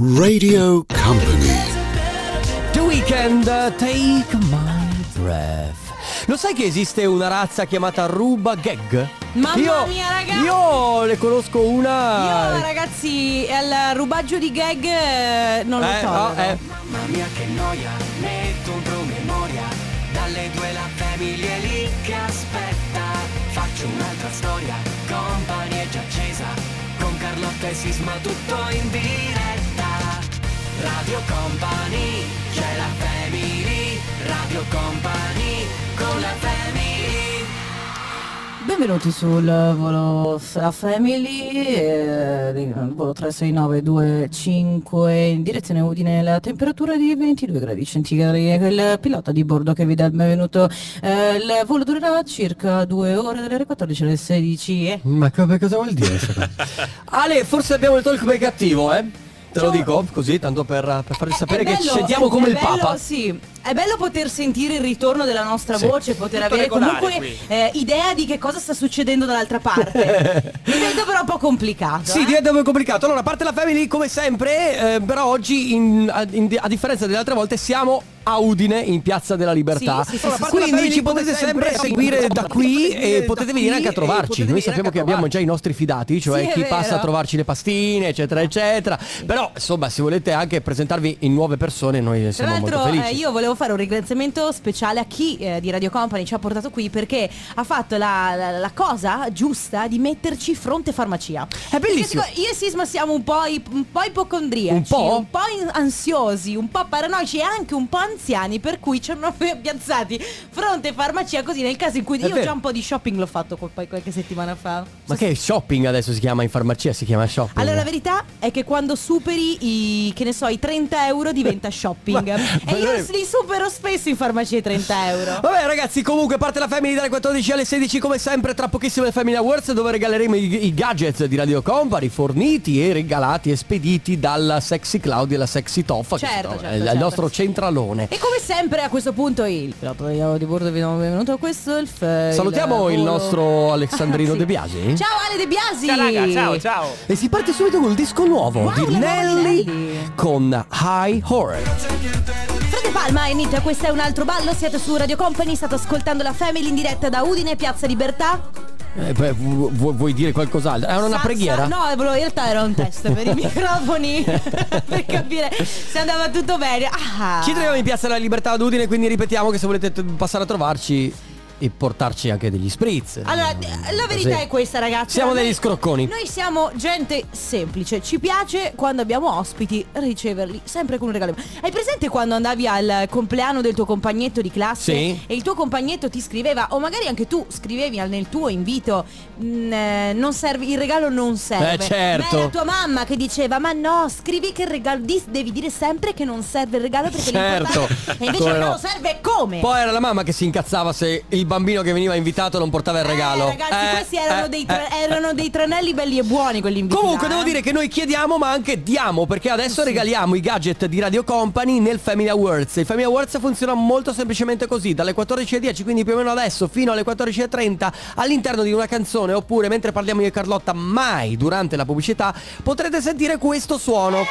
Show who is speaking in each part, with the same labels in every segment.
Speaker 1: Radio Company.
Speaker 2: The Weekend, uh, take my breath. Lo sai che esiste una razza chiamata ruba gag?
Speaker 3: Mamma
Speaker 2: io,
Speaker 3: mia, raga!
Speaker 2: Io ne conosco una.
Speaker 3: Io ragazzi al rubaggio di gag eh, non lo
Speaker 2: Eh,
Speaker 3: so.
Speaker 2: no, eh.
Speaker 4: Mamma mia che noia, metto un promemoria Dalle due la famiglia è lì che aspetta Faccio un'altra storia, company è già accesa Con Carlotta e Sisma tutto in diretta Radio Company, c'è la family Radio Company, con la family
Speaker 3: Benvenuti sul volo Fra Family, eh, di- volo 36925 in direzione Udine, la temperatura è di 22 gradi centigradi. Il pilota di bordo che vi dà il benvenuto, eh, il volo durerà circa 2 ore dalle ore 14 alle 16. eh.
Speaker 2: Ma co- cosa vuol dire? sta cosa? Ale, forse abbiamo il talk back attivo, eh? Te lo
Speaker 3: Cioè-
Speaker 2: dico così, tanto per, per farvi
Speaker 3: È-
Speaker 2: sapere
Speaker 3: Eh, è
Speaker 2: che
Speaker 3: bello-
Speaker 2: scendiamo
Speaker 3: è-
Speaker 2: come
Speaker 3: è
Speaker 2: il
Speaker 3: bello,
Speaker 2: Papa.
Speaker 3: Sì, è bello poter sentire il ritorno della nostra
Speaker 2: Sì.
Speaker 3: voce, poter
Speaker 5: Tutto
Speaker 3: avere
Speaker 5: regolare
Speaker 3: comunque
Speaker 5: qui.
Speaker 3: eh, idea di che cosa sta succedendo dall'altra parte. Mi vedo però un po' complicato.
Speaker 2: Sì,
Speaker 3: eh.
Speaker 2: diventa un po' complicato. Allora, parte la family come sempre, eh, però oggi, in- a, in- a differenza delle altre volte, siamo a Udine, in Piazza della Libertà.
Speaker 3: Sì, sì, sì,
Speaker 2: Allora,
Speaker 3: sì,
Speaker 2: parte
Speaker 3: sì.
Speaker 2: la Quindi ci potete sempre seguire da qui e potete venire anche a trovarci. Noi sappiamo che abbiamo già i nostri fidati, cioè
Speaker 3: Sì, è
Speaker 2: chi passa a
Speaker 3: vero.
Speaker 2: trovarci le pastine, eccetera, eccetera. Però, insomma, se volete anche presentarvi in nuove persone, noi
Speaker 3: Tra
Speaker 2: siamo molto
Speaker 3: l'altro eh,
Speaker 2: felici.
Speaker 3: io volevo fare un ringraziamento speciale a chi eh, di Radio Company ci ha portato qui perché ha fatto la, la- la cosa giusta di metterci fronte farmacia.
Speaker 2: È bellissimo.
Speaker 3: Perché dico, io e Sisma siamo un po', i- un po ipocondriaci,
Speaker 2: Un po'?
Speaker 3: un po' in- ansiosi, un po' paranoici e anche un po' anziani per cui ci hanno piazzati fronte farmacia così nel caso in cui
Speaker 2: È
Speaker 3: io
Speaker 2: vero.
Speaker 3: già un po' di shopping l'ho fatto col- poi qualche settimana fa.
Speaker 2: Ma che shopping adesso si chiama in farmacia? Si chiama shopping.
Speaker 3: Allora la verità è che quando superi i, che ne so, i 30 euro diventa shopping.
Speaker 2: Ma- ma
Speaker 3: e io
Speaker 2: noi-
Speaker 3: li supero spesso in farmacia i 30 euro.
Speaker 2: Vabbè ragazzi comunque parte la Family dalle 14 alle 16 come sempre tra pochissimo le Family Awards dove regaleremo i, i gadgets di Radio Company forniti e regalati e spediti dalla Sexy Cloud e la Sexy Toffa che si
Speaker 3: Certo,
Speaker 2: trova-
Speaker 3: certo,
Speaker 2: è il
Speaker 3: certo.
Speaker 2: nostro centralone.
Speaker 3: E come sempre a questo punto il pilota di bordo vi diamo benvenuto a questo il fe-
Speaker 2: Salutiamo il
Speaker 3: volo-
Speaker 2: nostro Alessandrino
Speaker 3: eh, Sì.
Speaker 2: De Biasi.
Speaker 3: Ciao Ale De Biasi.
Speaker 5: Ciao raga, ciao, ciao.
Speaker 2: E si parte subito col disco nuovo
Speaker 3: Wow,
Speaker 2: di
Speaker 3: la nuova di
Speaker 2: Nelly
Speaker 3: Nelly.
Speaker 2: con High Horror.
Speaker 3: Freddy Palma e Nita, questo è un altro ballo, siete su Radio Company, state ascoltando la Family in diretta da Udine, Piazza Libertà.
Speaker 2: Eh, beh, vu- vu- vuoi dire qualcos'altro? Era una
Speaker 3: Sa-
Speaker 2: preghiera?
Speaker 3: sa- no, volevo- in realtà era un test per i microfoni per capire se andava tutto bene. Ah.
Speaker 2: Ci troviamo in Piazza della Libertà ad Udine, quindi ripetiamo che se volete t- passare a trovarci e portarci anche degli spritz.
Speaker 3: Allora,
Speaker 2: Mm,
Speaker 3: la verità
Speaker 2: così.
Speaker 3: è questa, ragazzi.
Speaker 2: Siamo
Speaker 3: Allora,
Speaker 2: degli
Speaker 3: noi-
Speaker 2: scrocconi.
Speaker 3: Noi siamo gente semplice. Ci piace quando abbiamo ospiti riceverli sempre con un regalo. Hai presente quando andavi al compleanno del tuo compagnetto di classe
Speaker 2: Sì.
Speaker 3: e il tuo compagnetto ti scriveva o magari anche tu scrivevi al- nel tuo invito "Mm, eh, non serve il regalo non serve.
Speaker 2: Eh, certo.
Speaker 3: Ma era tua mamma che diceva "Ma no, scrivi che il regalo dis- devi dire sempre che non serve il regalo perché
Speaker 2: Certo.
Speaker 3: l'importante E invece
Speaker 2: Come
Speaker 3: il regalo
Speaker 2: no.
Speaker 3: serve come?
Speaker 2: Poi era la mamma che si incazzava se il bambino che veniva invitato non portava il regalo.
Speaker 3: Eh, ragazzi,
Speaker 2: Eh,
Speaker 3: questi erano,
Speaker 2: eh,
Speaker 3: dei
Speaker 2: eh,
Speaker 3: tra- erano dei tranelli belli e buoni quelli invitati.
Speaker 2: Comunque
Speaker 3: là,
Speaker 2: devo
Speaker 3: eh.
Speaker 2: dire che noi chiediamo ma anche diamo perché adesso
Speaker 3: Sì.
Speaker 2: regaliamo i gadget di Radio Company nel Family Awards. Il Family Awards funziona molto semplicemente così, dalle 14.10 quindi più o meno adesso fino alle 14.30 all'interno di una canzone oppure mentre parliamo io e Carlotta mai durante la pubblicità potrete sentire questo suono.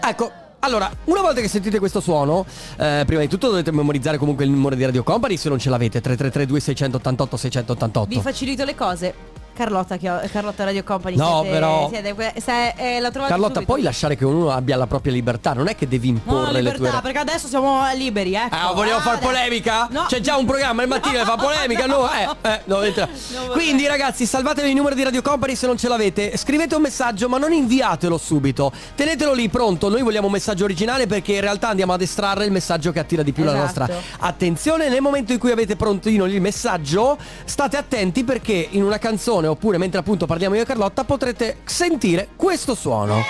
Speaker 2: Ecco, allora, una volta che sentite questo suono, eh, prima di tutto dovete memorizzare comunque il numero di Radio Company se non ce l'avete, 333 2688 688.
Speaker 3: Vi facilito le cose. Carlotta, che ho- Carlotta Radio Company.
Speaker 2: No,
Speaker 3: siete-
Speaker 2: però-
Speaker 3: siete que- se- eh, la trovate
Speaker 2: Carlotta,
Speaker 3: subito.
Speaker 2: puoi lasciare che ognuno abbia la propria libertà, non è che devi
Speaker 3: No,
Speaker 2: imporre le
Speaker 3: libertà,
Speaker 2: tue.
Speaker 3: perché adesso siamo liberi, ecco.
Speaker 2: Ah, vogliamo far
Speaker 3: adesso-
Speaker 2: polemica?
Speaker 3: No.
Speaker 2: C'è già un programma il mattino che fa polemica, no? Eh, eh, no, entra.
Speaker 3: No, vabbè.
Speaker 2: Quindi ragazzi, salvatevi il numero di Radio Company se non ce l'avete. Scrivete un messaggio, ma non inviatelo subito. Tenetelo lì pronto. Noi vogliamo un messaggio originale perché in realtà andiamo ad estrarre il messaggio che attira di più la
Speaker 3: Esatto.
Speaker 2: nostra attenzione. Nel momento in cui avete prontino il messaggio, state attenti perché in una canzone oppure mentre appunto parliamo io e Carlotta potrete sentire questo suono.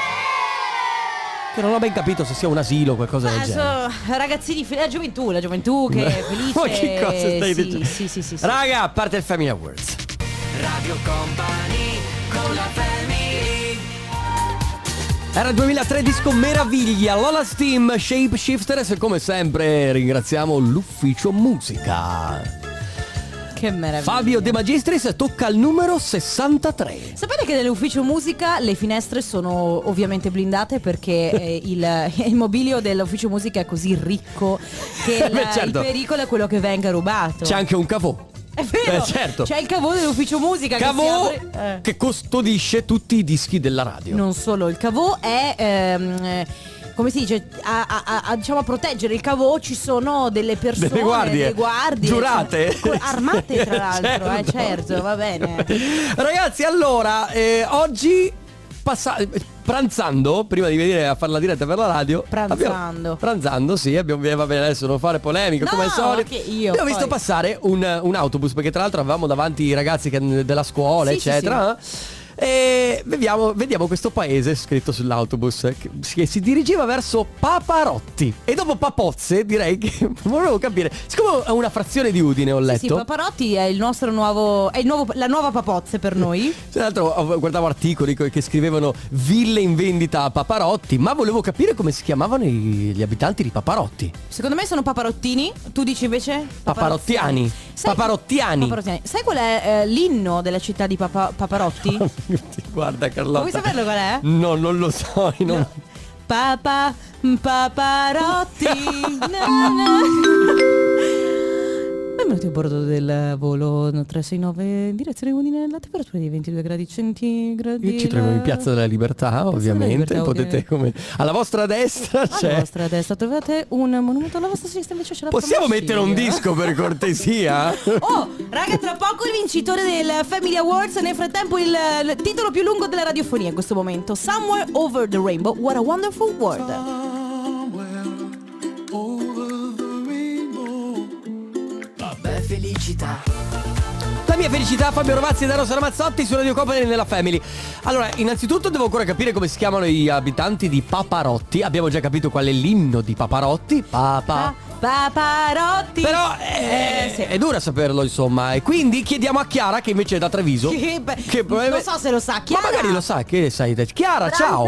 Speaker 2: Che non ho ben capito se sia un asilo o qualcosa
Speaker 3: Ah,
Speaker 2: del genere.
Speaker 3: Adesso, Eh, ragazzini, fe- la gioventù, la gioventù che è Eh, felice.
Speaker 2: Ma che cosa stai
Speaker 3: sì,
Speaker 2: dicendo?
Speaker 3: Sì, sì, sì, sì.
Speaker 2: Raga, a parte il Family Awards.
Speaker 4: Radio Company, con la family
Speaker 2: Era il 2003 disco Meraviglia, Lola Steam, Shapeshifter e se come sempre ringraziamo l'ufficio musica.
Speaker 3: Che meraviglia.
Speaker 2: Fabio De Magistris tocca al numero 63.
Speaker 3: Sapete che nell'ufficio musica le finestre sono ovviamente blindate perché eh, il, il mobilio dell'ufficio musica è così ricco che il,
Speaker 2: Beh, certo.
Speaker 3: il pericolo è quello che venga rubato.
Speaker 2: C'è anche un cavò.
Speaker 3: è
Speaker 2: Eh,
Speaker 3: vero,
Speaker 2: certo.
Speaker 3: c'è il cavo dell'ufficio musica. che
Speaker 2: Cavò
Speaker 3: si apre- eh.
Speaker 2: che custodisce tutti i dischi della radio.
Speaker 3: Non solo, il cavo è... ehm, eh, come si dice, a, a- a- a- diciamo a proteggere il cavo ci sono delle persone,
Speaker 2: Delle guardie.
Speaker 3: dei guardie,
Speaker 2: Giurate.
Speaker 3: cioè, co- armate tra l'altro, eh, certo, va bene.
Speaker 2: Ragazzi, allora, eh, oggi passa- pranzando, prima di venire a fare la diretta per la radio.
Speaker 3: Pranzando.
Speaker 2: abbiamo- pranzando, sì, abbiamo, eh, va bene, adesso non fare polemica
Speaker 3: No,
Speaker 2: come al solito.
Speaker 3: ma che io,
Speaker 2: abbiamo visto
Speaker 3: poi.
Speaker 2: passare un, un autobus, perché tra l'altro avevamo davanti i ragazzi che- della scuola,
Speaker 3: Sì, sì,
Speaker 2: eccetera. E vediamo, vediamo questo paese scritto sull'autobus eh, che, che si dirigeva verso Paparotti. E dopo Papozze direi che volevo capire. Siccome è una frazione di Udine, ho letto.
Speaker 3: Sì, sì, Paparotti è il nostro nuovo, è il nuovo, la nuova papozze per noi.
Speaker 2: Tra l'altro ho- guardavo articoli co- che scrivevano ville in vendita a Paparotti, ma volevo capire come si chiamavano i- gli abitanti di Paparotti.
Speaker 3: Secondo me sono paparottini, tu dici invece?
Speaker 2: Paparottiani.
Speaker 3: Sai-
Speaker 2: Paparottiani.
Speaker 3: Paparottiani. Sai qual è eh, l'inno della città di Papa- Paparotti?
Speaker 2: Guarda Carlotta.
Speaker 3: Vuoi saperlo qual è?
Speaker 2: No, non lo so. io non-
Speaker 3: Papa, mm, paparotti. na, na. Benvenuti a bordo del volo 369 in direzione Udine, la temperatura è di 22 gradi centigradi.
Speaker 2: Io ci troviamo in Piazza della Libertà, ovviamente.
Speaker 3: Libertà,
Speaker 2: Potete
Speaker 3: ok.
Speaker 2: come. Alla vostra destra
Speaker 3: Alla
Speaker 2: c'è.
Speaker 3: vostra destra trovate un monumento, alla vostra sinistra invece c'è la
Speaker 2: Possiamo
Speaker 3: farmacia.
Speaker 2: mettere un disco per cortesia?
Speaker 3: Oh, raga, tra poco il vincitore del Family Awards. Nel frattempo il, il titolo più lungo della radiofonia in questo momento. Somewhere over the rainbow, what a wonderful world.
Speaker 4: Vabbè felicità
Speaker 2: La mia felicità, Fabio Rovazzi e da Rosa Ramazzotti su Radio Company nella Family. Allora, innanzitutto devo ancora capire come si chiamano gli abitanti di Paparotti. Abbiamo già capito qual è l'inno di Paparotti. Papa.
Speaker 3: Pa- paparotti.
Speaker 2: Ah. Però eh,
Speaker 3: Eh, sì.
Speaker 2: è dura saperlo, insomma. E quindi chiediamo a Chiara, che invece è da Treviso.
Speaker 3: Che be-
Speaker 2: probabilmente-
Speaker 3: non so se lo sa, Chiara.
Speaker 2: Ma magari lo sa, che sai. te- Chiara, ciao.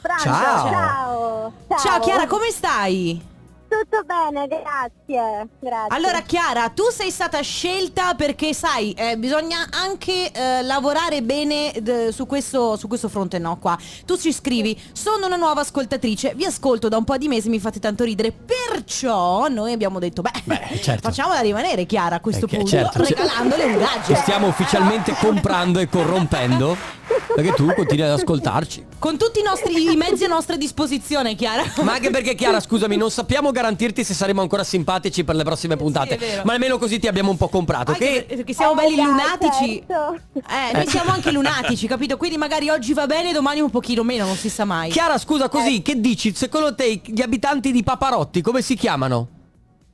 Speaker 6: Pronto?
Speaker 2: Ciao.
Speaker 6: Ciao. Ciao.
Speaker 3: Ciao Chiara, come stai?
Speaker 6: Tutto bene, grazie. Grazie.
Speaker 3: Allora Chiara, tu sei stata scelta perché sai, eh, bisogna anche eh, lavorare bene d- su, questo, su questo fronte, no? Qua. Tu ci scrivi, sono una nuova ascoltatrice, vi ascolto da un po' di mesi, mi fate tanto ridere, perciò noi abbiamo detto, beh,
Speaker 2: Beh, certo.
Speaker 3: facciamola rimanere Chiara a questo
Speaker 2: Eh, che-
Speaker 3: punto,
Speaker 2: certo.
Speaker 3: regalandole un
Speaker 2: Ci
Speaker 3: gadget.
Speaker 2: stiamo ufficialmente comprando e corrompendo. Perché tu continui ad ascoltarci.
Speaker 3: Con tutti i, nostri, i mezzi a nostra disposizione, Chiara.
Speaker 2: Ma anche perché Chiara, scusami, non sappiamo garantirti se saremo ancora simpatici per le prossime puntate.
Speaker 3: è vero.
Speaker 2: ma almeno così ti abbiamo un po' comprato.
Speaker 3: Anche
Speaker 2: Che
Speaker 3: per- perché siamo
Speaker 6: Eh,
Speaker 3: belli
Speaker 6: dai,
Speaker 3: lunatici.
Speaker 6: certo.
Speaker 3: Eh, noi siamo anche lunatici, capito? Quindi magari oggi va bene, domani un pochino meno, non si sa mai.
Speaker 2: Chiara, scusa
Speaker 3: Eh.
Speaker 2: così, che dici? Secondo te gli abitanti di Paparotti come si chiamano?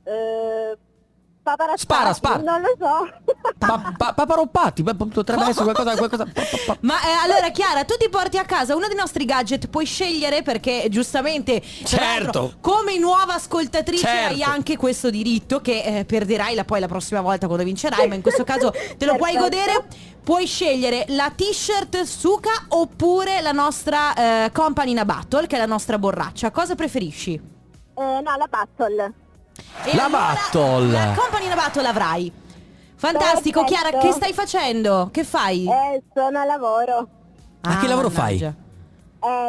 Speaker 6: Eh, paparazzati,
Speaker 2: Spara, spara.
Speaker 6: Non lo so.
Speaker 2: Pa- pa- paparoppati, beh, potrebbe essere qualcosa, qualcosa. pa- pa- pa-
Speaker 3: Ma eh, allora Chiara, tu ti porti a casa uno dei nostri gadget, puoi scegliere perché giustamente, tra
Speaker 2: Certo.
Speaker 3: l'altro, come nuova ascoltatrice
Speaker 2: Certo.
Speaker 3: hai anche questo diritto che eh, perderai la, poi la prossima volta quando vincerai, ma in questo caso te lo puoi
Speaker 2: Certo.
Speaker 6: Perfetto.
Speaker 3: godere. Puoi scegliere la t-shirt Suka oppure la nostra eh, Company in a Battle, che è la nostra borraccia. Cosa preferisci?
Speaker 6: Eh, no, la battle.
Speaker 3: E
Speaker 2: La Battle.
Speaker 3: La Company in a Battle avrai. Fantastico,
Speaker 6: Perfetto.
Speaker 3: Chiara, che stai facendo? Che fai? Ah,
Speaker 6: Eh, sono a lavoro.
Speaker 2: Ma che lavoro fai?
Speaker 3: mannaggia.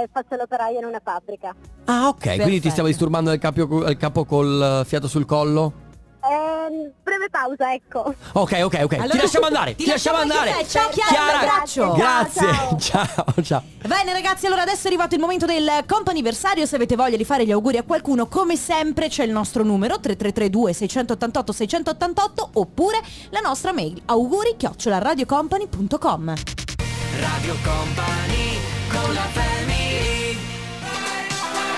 Speaker 6: Eh, faccio l'operaia in una fabbrica.
Speaker 2: Ah, ok, quindi ti
Speaker 3: Perfetto.
Speaker 2: stiamo disturbando al capo, al capo col eh, fiato sul collo?
Speaker 6: Eh, breve pausa, ecco.
Speaker 2: Ok, ok, ok. Eh, ti
Speaker 3: Allora-
Speaker 2: lasciamo andare,
Speaker 3: ti
Speaker 2: ti lasciamo
Speaker 3: lasciamo
Speaker 2: andare.
Speaker 3: anche te. Ciao, Chiara, un abbraccio.
Speaker 2: Grazie.
Speaker 6: Ciao,
Speaker 2: ciao. ciao.
Speaker 3: Bene ragazzi, allora adesso è arrivato il momento del comp'anniversario, se avete voglia di fare gli auguri a qualcuno, come sempre c'è il nostro numero 3332 688 688 oppure la nostra mail auguri radiocompany.com.
Speaker 4: Radio Company con la family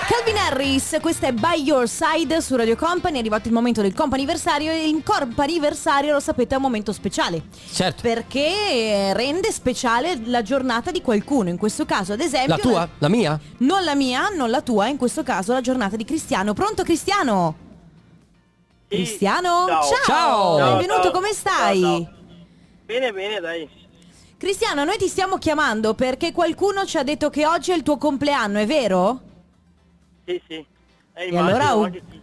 Speaker 3: Calvin Harris, questa è By Your Side su Radio Company, è arrivato il momento del comp'anniversario e il comp'anniversario lo sapete è un momento speciale.
Speaker 2: Certo.
Speaker 3: Perché rende speciale la giornata di qualcuno, in questo caso ad esempio...
Speaker 2: La tua? La mia?
Speaker 3: Non la mia, non la tua, in questo caso la giornata di Cristiano. Pronto Cristiano?
Speaker 7: Sì,
Speaker 3: Cristiano?
Speaker 7: ciao.
Speaker 2: Ciao.
Speaker 3: Oh. Benvenuto,
Speaker 7: Ciao,
Speaker 3: come
Speaker 7: ciao,
Speaker 3: stai?
Speaker 7: ciao. Bene, bene, dai.
Speaker 3: Cristiano, noi ti stiamo chiamando perché qualcuno ci ha detto che oggi è il tuo compleanno, è vero?
Speaker 7: Sì, sì. Eh,
Speaker 3: allora,
Speaker 7: immagino
Speaker 3: oh.
Speaker 7: anche chi-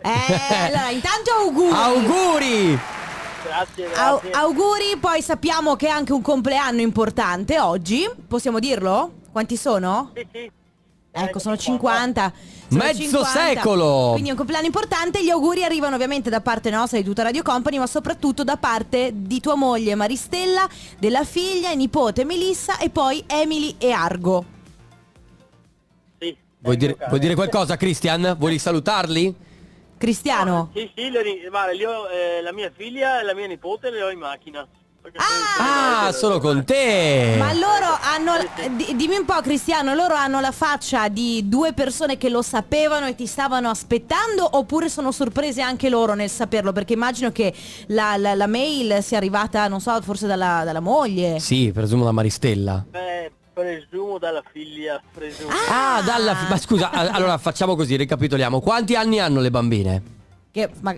Speaker 3: Eh, allora intanto auguri!
Speaker 2: Auguri!
Speaker 7: Grazie,
Speaker 3: Au-
Speaker 7: grazie.
Speaker 3: auguri, poi sappiamo che è anche un compleanno importante oggi, possiamo dirlo? Quanti sono?
Speaker 7: Sì, sì.
Speaker 3: Ecco, sono 50. Sono
Speaker 2: Mezzo secolo!
Speaker 3: Quindi è un compleanno importante. Gli auguri arrivano ovviamente da parte nostra di tutta Radio Company, ma soprattutto da parte di tua moglie Maristella, della figlia, nipote Melissa e poi Emily e Argo.
Speaker 7: Sì. Ecco,
Speaker 2: Vuoi dire,
Speaker 7: cara.
Speaker 2: vuoi dire qualcosa, Christian? Vuoi salutarli?
Speaker 3: Cristiano.
Speaker 7: Sì, sì, le ri- guarda, li ho, eh, la mia figlia e la mia nipote le ho in macchina. Perché sono- eh.
Speaker 3: Ah!
Speaker 2: Ah, sono con te!
Speaker 3: Ma loro hanno,
Speaker 7: Sì, sì.
Speaker 3: di- dimmi un po' Cristiano, loro hanno la faccia di due persone che lo sapevano e ti stavano aspettando oppure sono sorprese anche loro nel saperlo? Perché immagino che la, la- la mail sia arrivata, non so, forse dalla, dalla moglie.
Speaker 2: Sì, presumo la Maristella.
Speaker 7: Beh, eh, presumo dalla figlia, presumo. Eh,
Speaker 2: Ah, dalla... fi- Ma scusa, a- allora facciamo così, ricapitoliamo. Quanti anni hanno le bambine?
Speaker 3: Che ma-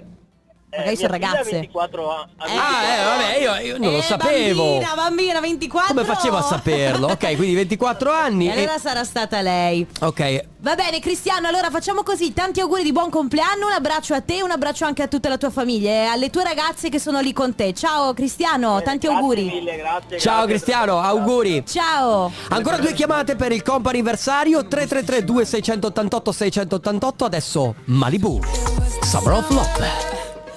Speaker 7: Eh,
Speaker 3: magari sono
Speaker 7: mia figlia ha
Speaker 3: ragazze.
Speaker 7: 24 anni.
Speaker 3: Eh,
Speaker 2: Ah, eh, vabbè, io, io non lo
Speaker 3: Eh,
Speaker 2: sapevo.
Speaker 3: Bambina, bambina, 24.
Speaker 2: Come facevo a saperlo? Ok, quindi 24 anni.
Speaker 3: Ah, E
Speaker 2: e-
Speaker 3: allora sarà stata lei.
Speaker 2: Ok,
Speaker 3: Va bene Cristiano, allora facciamo così, tanti auguri di buon compleanno, un abbraccio a te e un abbraccio anche a tutta la tua famiglia e alle tue ragazze che sono lì con te. Ciao Cristiano,
Speaker 7: Eh,
Speaker 3: tanti auguri.
Speaker 2: ciao Cristiano, auguri.
Speaker 3: Ciao.
Speaker 2: Ancora due chiamate per il comp anniversario 333 2688 688 adesso Malibu Summer of Love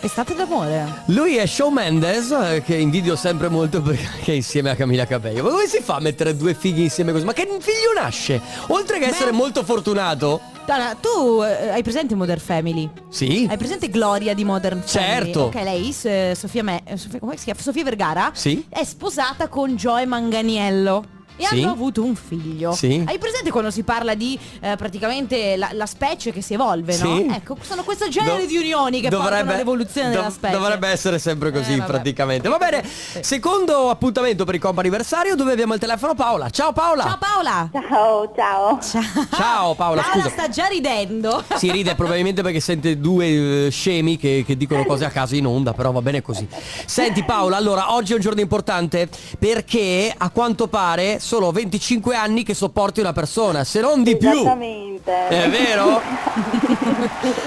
Speaker 3: Estate d'amore.
Speaker 2: Lui è Shawn Mendes eh, che invidio sempre molto perché è insieme a Camilla Cabello Ma come si fa a mettere due fighi insieme così? Ma che figlio nasce? Oltre che essere molto fortunato
Speaker 3: Allora, tu eh, hai presente Modern Family?
Speaker 2: Sì
Speaker 3: Hai presente Gloria di Modern Family?
Speaker 2: Certo.
Speaker 3: Ok, lei, s- Sofia, Me- eh, Sofia- come si chiama? Sofia Vergara,
Speaker 2: Sì.
Speaker 3: è sposata con Joe Manganiello. E
Speaker 2: Sì.
Speaker 3: hanno avuto un figlio.
Speaker 2: Sì.
Speaker 3: Hai presente quando si parla di eh, praticamente la, la specie che si evolve,
Speaker 2: Sì.
Speaker 3: no? Ecco, sono questo genere
Speaker 2: Do-
Speaker 3: di unioni che portano all'evoluzione
Speaker 2: dov-
Speaker 3: della specie.
Speaker 2: Dovrebbe essere sempre così
Speaker 3: Eh, vabbè.
Speaker 2: praticamente Va bene,
Speaker 3: Sì.
Speaker 2: secondo appuntamento per il comp anniversario dove abbiamo il telefono Paola Ciao Paola
Speaker 3: Ciao Paola!
Speaker 6: Ciao, ciao.
Speaker 3: Ciao,
Speaker 2: Ciao, Paola, scusa.
Speaker 3: sta già ridendo.
Speaker 2: Si ride probabilmente perché sente due eh, scemi che, che dicono cose a caso in onda, però va bene così. Senti Paola, allora oggi è un giorno importante perché a quanto pare sono 25 anni che sopporti una persona, se non di più.
Speaker 6: Esattamente.
Speaker 2: È vero?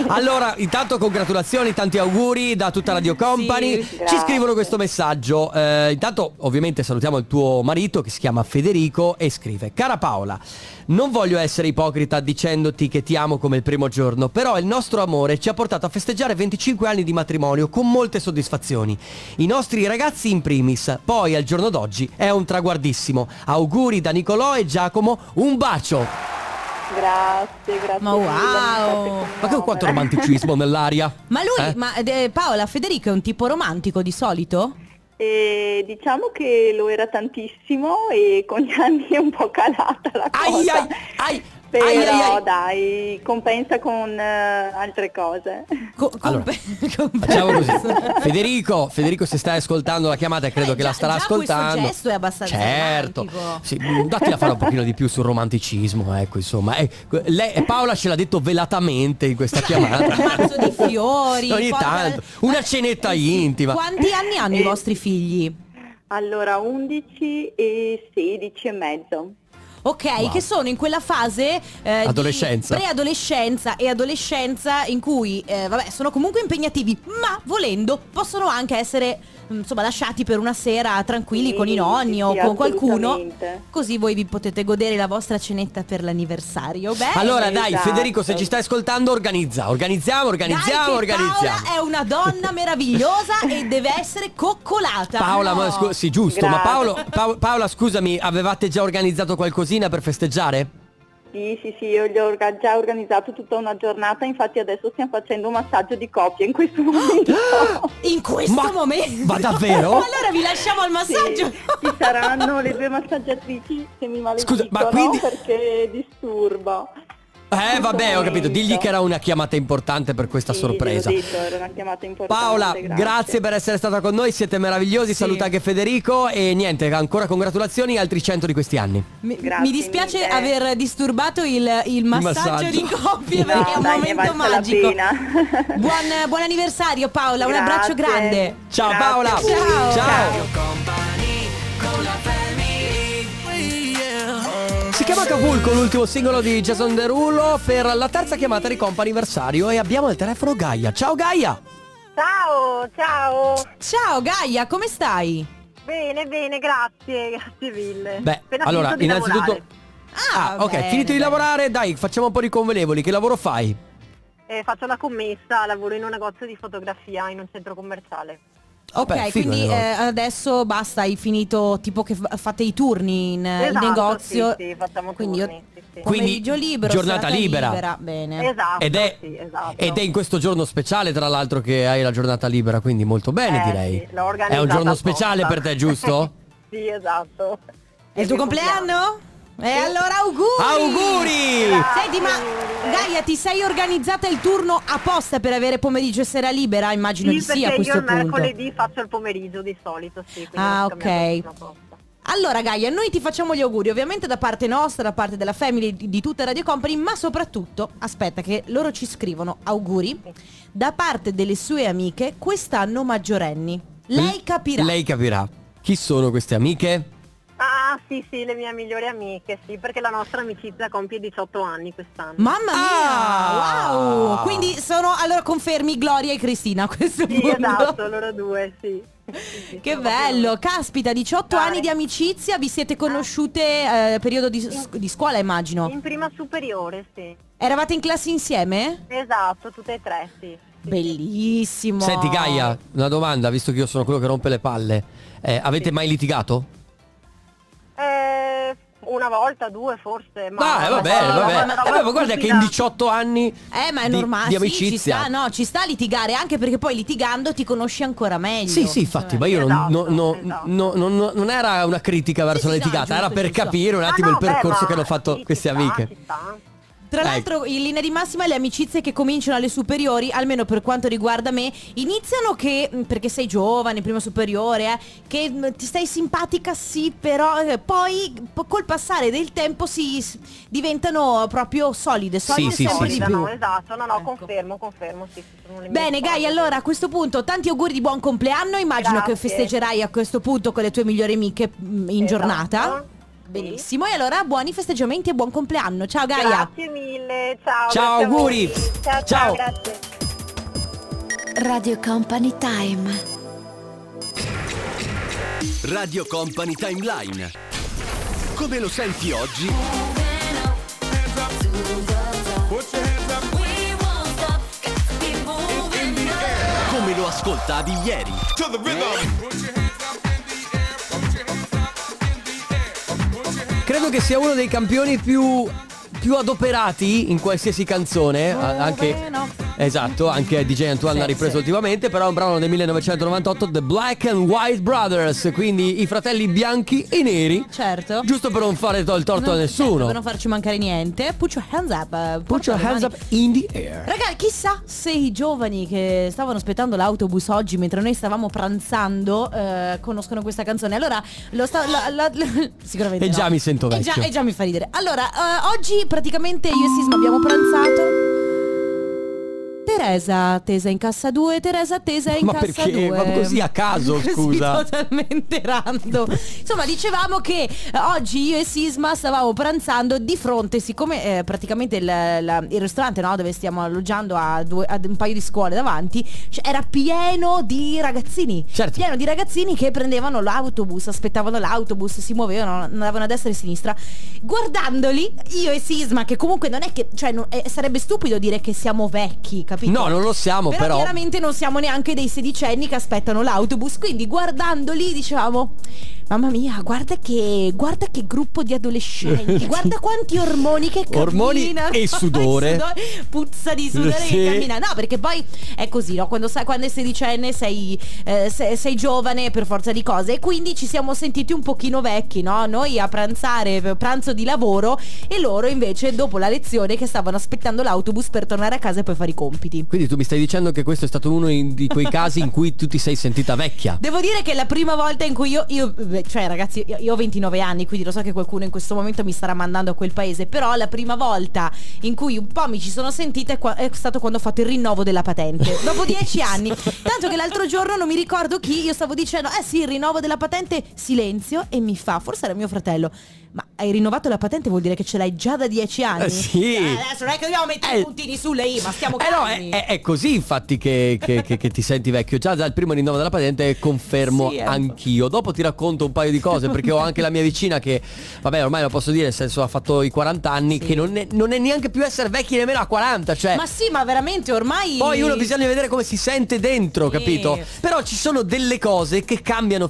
Speaker 2: allora, intanto congratulazioni, tanti auguri da tutta Radio Company.
Speaker 3: Sì,
Speaker 2: Ci
Speaker 6: grazie.
Speaker 2: scrivono questo messaggio. Eh, intanto, ovviamente, salutiamo il tuo marito che si chiama Federico e scrive: Cara Paola, non voglio essere ipocrita dicendoti che ti amo come il primo giorno, però il nostro amore ci ha portato a festeggiare 25 anni di matrimonio con molte soddisfazioni. I nostri ragazzi in primis, poi al giorno d'oggi è un traguardissimo. Auguri da Nicolò e Giacomo, un bacio!
Speaker 6: Grazie, grazie.
Speaker 3: Ma
Speaker 6: mille,
Speaker 3: wow.
Speaker 6: mi
Speaker 2: Ma
Speaker 6: fate
Speaker 2: che quanto
Speaker 6: commuovere.
Speaker 2: romanticismo nell'aria?
Speaker 3: Ma lui,
Speaker 2: Eh?
Speaker 3: ma eh, Paola, Federico è un tipo romantico di solito?
Speaker 6: E diciamo che lo era tantissimo e con gli anni è un po' calata la
Speaker 2: Ai,
Speaker 6: cosa.
Speaker 2: ai, ai,
Speaker 6: Però
Speaker 2: ai, ai, ai.
Speaker 6: dai, compensa con eh, altre cose.
Speaker 3: Co- com-
Speaker 2: Allora,
Speaker 3: com-
Speaker 2: Facciamo così. Federico, Federico se stai ascoltando la chiamata credo
Speaker 3: Eh,
Speaker 2: che
Speaker 3: già-
Speaker 2: la starà
Speaker 3: già questo
Speaker 2: ascoltando.
Speaker 3: gesto è abbastanza
Speaker 2: Certo.
Speaker 3: romantico.
Speaker 2: Sì, mh, datti da fare un pochino di più sul romanticismo, ecco, insomma. Eh, que- lei- e Paola ce l'ha detto velatamente in questa
Speaker 3: un
Speaker 2: chiamata.
Speaker 3: mazzo di fiori. Eh,
Speaker 2: Ogni
Speaker 3: porta-
Speaker 2: tanto, una cenetta intima. Eh.
Speaker 3: Quanti anni hanno i vostri figli?
Speaker 6: Allora, 11 e 16 e mezzo.
Speaker 3: Ok,
Speaker 2: Wow.
Speaker 3: che sono in quella fase eh, di
Speaker 2: Adolescenza.
Speaker 3: preadolescenza e adolescenza in cui eh, vabbè, sono comunque impegnativi, ma volendo possono anche essere mh, insomma lasciati per una sera tranquilli
Speaker 6: Sì,
Speaker 3: con i nonni
Speaker 6: sì,
Speaker 3: o
Speaker 6: sì,
Speaker 3: con qualcuno.
Speaker 6: assolutamente.
Speaker 3: Così voi vi potete godere la vostra cenetta per l'anniversario. Beh,
Speaker 2: Allora dai
Speaker 6: esatto.
Speaker 2: Federico se ci stai ascoltando organizza, organizziamo, organizziamo,
Speaker 3: dai, che
Speaker 2: organizziamo.
Speaker 3: Paola è una donna meravigliosa e deve essere coccolata.
Speaker 2: Paola,
Speaker 3: No.
Speaker 2: ma scu- sì giusto, ma
Speaker 6: Grazie.
Speaker 2: Paolo, Pa- Paola scusami, avevate già organizzato qualcosina per festeggiare?
Speaker 6: Sì, sì, sì, io gli ho orga- già organizzato tutta una giornata, infatti adesso stiamo facendo un massaggio di coppia in questo momento.
Speaker 3: in questo
Speaker 2: Ma-
Speaker 3: momento.
Speaker 2: ma davvero?
Speaker 3: allora vi lasciamo al
Speaker 6: Oh. Sì,
Speaker 3: massaggio.
Speaker 6: ci saranno le due massaggiatrici che mi maledicono
Speaker 2: Scusa, ma quindi-
Speaker 6: perché disturbo.
Speaker 2: Eh vabbè ho capito, digli
Speaker 6: Momento.
Speaker 2: che era una chiamata importante per questa
Speaker 6: Sì,
Speaker 2: sorpresa.
Speaker 6: glielo ho detto, era una chiamata importante.
Speaker 2: Paola, grazie per essere stata con noi, siete meravigliosi,
Speaker 3: Sì.
Speaker 2: saluta anche Federico e niente, ancora congratulazioni, altri 100 di questi anni.
Speaker 3: Mi,
Speaker 6: Grazie
Speaker 3: mi dispiaggio
Speaker 6: mille.
Speaker 3: aver disturbato il, il massaggio
Speaker 2: massaggio.
Speaker 3: di coppie
Speaker 6: No,
Speaker 3: perché è un
Speaker 6: dai, ne
Speaker 3: momento
Speaker 6: valsa la
Speaker 3: magico.
Speaker 6: pena.
Speaker 3: Buon, buon anniversario Paola, un
Speaker 6: Grazie.
Speaker 3: abbraccio grande.
Speaker 2: Ciao
Speaker 6: Grazie.
Speaker 2: Paola!
Speaker 3: Ciao.
Speaker 2: Ciao! Si chiama Acapulco, l'ultimo singolo di Jason Derulo per la terza chiamata di compa anniversario e abbiamo il telefono Gaia. Ciao Gaia!
Speaker 6: Ciao, ciao.
Speaker 3: Ciao Gaia, come stai?
Speaker 6: Bene, bene, grazie, grazie mille.
Speaker 2: Beh,
Speaker 6: Appena
Speaker 2: allora,
Speaker 6: finito di
Speaker 2: innanzitutto...
Speaker 6: lavorare.
Speaker 2: Ah, ok,
Speaker 3: bene,
Speaker 2: finito di
Speaker 3: bene.
Speaker 2: lavorare, dai, facciamo un po' di convelevoli. Che lavoro fai?
Speaker 6: Eh, faccio la commessa, lavoro in un negozio di fotografia in un centro commerciale.
Speaker 2: Vabbè,
Speaker 3: Ok,
Speaker 2: figo
Speaker 3: quindi
Speaker 2: il lavoro.
Speaker 3: eh, adesso basta, hai finito tipo che fa- fate i turni in eh,
Speaker 6: Esatto,
Speaker 3: il negozio.
Speaker 6: sì, sì, facciamo
Speaker 3: quindi
Speaker 6: turni,
Speaker 3: io-
Speaker 6: sì, sì.
Speaker 3: pomeriggio
Speaker 2: Quindi
Speaker 3: libero,
Speaker 2: giornata
Speaker 3: serata
Speaker 2: libera.
Speaker 3: Bene.
Speaker 6: Esatto,
Speaker 2: Ed è,
Speaker 6: sì, esatto.
Speaker 2: ed è in questo giorno speciale, tra l'altro, che hai la giornata libera, quindi molto bene,
Speaker 6: Eh,
Speaker 2: direi.
Speaker 6: sì, l'ho
Speaker 2: è un
Speaker 6: organizzata
Speaker 2: giorno speciale
Speaker 6: apposta.
Speaker 2: per te, giusto?
Speaker 6: sì, esatto.
Speaker 3: È il tuo compleanno? E allora auguri!
Speaker 2: Auguri!
Speaker 3: Senti, ma Gaia, ti sei organizzata il turno apposta per avere pomeriggio e sera libera? Immagino di
Speaker 6: Sì,
Speaker 3: sì a
Speaker 6: perché io
Speaker 3: questo
Speaker 6: il
Speaker 3: punto.
Speaker 6: mercoledì faccio il pomeriggio di solito, sì. quindi
Speaker 3: Ah,
Speaker 6: ho scambiato
Speaker 3: ok.
Speaker 6: una posta.
Speaker 3: Allora Gaia, noi ti facciamo gli auguri ovviamente da parte nostra, da parte della family di di tutta Radio Company, ma soprattutto, aspetta che loro ci scrivono auguri da parte delle sue amiche quest'anno maggiorenni. Lei capirà.
Speaker 2: Lei capirà. Chi sono queste amiche?
Speaker 6: Ah, sì, sì, le mie migliori amiche, sì, perché la nostra amicizia compie 18 anni quest'anno.
Speaker 3: Mamma mia!
Speaker 2: Ah!
Speaker 3: Wow! Quindi sono allora confermi Gloria e Cristina a questo
Speaker 6: Sì,
Speaker 3: punto.
Speaker 6: esatto, loro due, sì. Sì, sì,
Speaker 3: Che
Speaker 6: sono proprio
Speaker 3: bello,
Speaker 6: loro.
Speaker 3: caspita, 18
Speaker 6: Dai.
Speaker 3: anni di amicizia, vi siete conosciute eh, periodo di, di scuola immagino.
Speaker 6: In prima superiore, sì.
Speaker 3: Eravate in classe insieme?
Speaker 6: Esatto, tutte e tre, sì. Sì,
Speaker 3: Bellissimo.
Speaker 2: Senti, Gaia, una domanda, visto che io sono quello che rompe le palle. Eh, avete mai litigato?
Speaker 6: sì. Eh, una volta, due forse, ma...
Speaker 2: Dai, Ah, va bene, va
Speaker 6: ma-
Speaker 2: bene.
Speaker 6: ma- ma-
Speaker 2: Eh,
Speaker 6: ma-
Speaker 2: beh, ma guarda che in
Speaker 6: stupida.
Speaker 2: 18 anni
Speaker 3: Eh, ma è
Speaker 2: di-
Speaker 3: normale.
Speaker 2: di
Speaker 3: sì, ci
Speaker 2: amicizia.
Speaker 3: sta, no, ci sta a litigare anche perché poi litigando ti conosci ancora meglio.
Speaker 2: Sì, sì, infatti, ma io
Speaker 3: Eh,
Speaker 2: non,
Speaker 6: Esatto,
Speaker 2: non- non-
Speaker 6: esatto.
Speaker 2: non- non- non- non era una critica verso
Speaker 3: sì,
Speaker 2: la
Speaker 3: no,
Speaker 2: litigata, era
Speaker 3: giusto,
Speaker 2: per
Speaker 3: giusto.
Speaker 2: capire un
Speaker 6: Ah,
Speaker 2: attimo
Speaker 6: no,
Speaker 2: il
Speaker 6: beh,
Speaker 2: percorso
Speaker 6: ma-
Speaker 2: che hanno fatto
Speaker 6: sì,
Speaker 2: queste
Speaker 6: ci sta,
Speaker 2: amiche.
Speaker 6: ci sta.
Speaker 3: Tra
Speaker 2: Ecco.
Speaker 3: l'altro, in linea di massima, le amicizie che cominciano alle superiori, almeno per quanto riguarda me, iniziano che, mh, perché sei giovane, prima superiore, eh, che mh, ti stai simpatica, sì, però eh, poi po- col passare del tempo si s- diventano proprio solide, solide
Speaker 2: Sì, sì,
Speaker 3: sempre
Speaker 2: sì,
Speaker 3: di
Speaker 2: sì.
Speaker 3: più.
Speaker 6: No, esatto, no, no,
Speaker 3: Ecco.
Speaker 6: confermo, confermo, sì, sì, sono le mie
Speaker 3: Bene
Speaker 6: spalle,
Speaker 3: Gai,
Speaker 6: sì.
Speaker 3: allora a questo punto tanti auguri di buon compleanno, immagino
Speaker 6: Grazie.
Speaker 3: che festeggerai a questo punto con le tue migliori amiche mh, in
Speaker 6: Esatto.
Speaker 3: giornata.
Speaker 6: Sì.
Speaker 3: Benissimo, e allora buoni festeggiamenti e buon compleanno. Ciao Gaia.
Speaker 6: Grazie mille, ciao.
Speaker 2: Ciao,
Speaker 6: grazie a voi.
Speaker 2: auguri.
Speaker 6: Ciao,
Speaker 2: Ciao.
Speaker 6: ciao, grazie.
Speaker 8: Radio Company Time.
Speaker 5: Radio Company Timeline. Come lo senti oggi? Come lo ascoltavi ieri?
Speaker 2: Credo che sia uno dei campioni più, più adoperati in qualsiasi canzone. a- Anche,
Speaker 3: Bueno.
Speaker 2: esatto, anche DJ Antoine
Speaker 3: Sì,
Speaker 2: l'ha ripreso
Speaker 3: sì.
Speaker 2: ultimamente. Però è un brano del 1998, The Black and White Brothers. Quindi i fratelli bianchi e neri.
Speaker 3: Certo.
Speaker 2: Giusto per non fare to- il torto a
Speaker 3: Non- certo,
Speaker 2: nessuno.
Speaker 3: per non farci mancare niente. Put your hands up. eh,
Speaker 2: Put
Speaker 3: porta
Speaker 2: your
Speaker 3: le
Speaker 2: hands
Speaker 3: mani.
Speaker 2: up in the air.
Speaker 3: Raga, chissà se i giovani che stavano aspettando l'autobus oggi mentre noi stavamo pranzando eh, conoscono questa canzone. Allora, lo sta- la- la- la- sicuramente.
Speaker 2: E
Speaker 3: no.
Speaker 2: già mi sento
Speaker 3: E già,
Speaker 2: vecchio.
Speaker 3: e già mi fa ridere. Allora, eh, oggi praticamente io e Sisma abbiamo pranzato. Teresa, tesa in cassa 2, Teresa, tesa in
Speaker 2: Ma
Speaker 3: cassa 2.
Speaker 2: perché? Ma così a caso, scusa.
Speaker 3: totalmente random. Insomma, dicevamo che eh, oggi io e Sisma stavamo pranzando di fronte, siccome eh, praticamente il, la- il ristorante no, dove stiamo alloggiando a, due- ad un paio di scuole davanti, cioè, era pieno di ragazzini.
Speaker 2: Certo.
Speaker 3: Pieno di ragazzini che prendevano l'autobus, aspettavano l'autobus, si muovevano, andavano a destra e a sinistra. Guardandoli, io e Sisma, che comunque non è che, cioè, non- eh, sarebbe stupido dire che siamo vecchi, capito?
Speaker 2: No, non lo siamo,
Speaker 3: Però,
Speaker 2: però.
Speaker 3: chiaramente non siamo neanche dei sedicenni che aspettano l'autobus, quindi guardandoli dicevamo Mamma mia, guarda che, guarda che gruppo di adolescenti, guarda quanti ormoni che
Speaker 2: Ormoni
Speaker 3: camminano
Speaker 2: e sudore.
Speaker 3: sudore, Puzza di sudore
Speaker 2: Sì.
Speaker 3: che cammina No, perché poi è così, no? Quando, sai, quando è sedicenne sei, eh, se- sei giovane per forza di cose E quindi ci siamo sentiti un pochino vecchi, no? Noi a pranzare, pranzo di lavoro E loro invece dopo la lezione che stavano aspettando l'autobus per tornare a casa e poi fare i compiti
Speaker 2: Quindi tu mi stai dicendo che questo è stato uno in- di quei casi in cui tu ti sei sentita vecchia.
Speaker 3: Devo dire che è la prima volta in cui io, io, eh, beh, cioè ragazzi, io, io ho 29 anni, quindi lo so che qualcuno in questo momento mi starà mandando a quel paese, però la prima volta in cui un po' mi ci sono sentita è, qua- è stato quando ho fatto il rinnovo della patente, dopo 10 anni. Tanto che l'altro giorno non mi ricordo chi, io stavo dicendo, eh sì, il rinnovo della patente, silenzio, e mi fa, forse era mio fratello, ma hai rinnovato la patente vuol dire che ce l'hai già da 10 anni?
Speaker 2: Eh, sì.
Speaker 3: Eh, adesso non è che dobbiamo mettere
Speaker 2: Eh.
Speaker 3: i puntini sulle i, ma stiamo
Speaker 2: Eh no,
Speaker 3: calmi.
Speaker 2: è, è- è così infatti che, che- che- che ti senti vecchio. Già dal primo rinnovo della patente confermo
Speaker 3: Sì, eh.
Speaker 2: anch'io. Dopo ti racconto un paio di cose perché ho anche la mia vicina che, vabbè ormai lo posso dire, nel senso ha fatto i 40 anni, che non è, non è neanche più essere vecchi nemmeno a 40, cioè...
Speaker 3: Ma sì, ma veramente ormai...
Speaker 2: Poi uno bisogna vedere come si sente dentro,
Speaker 3: Sì.
Speaker 2: capito? Però ci sono delle cose che cambiano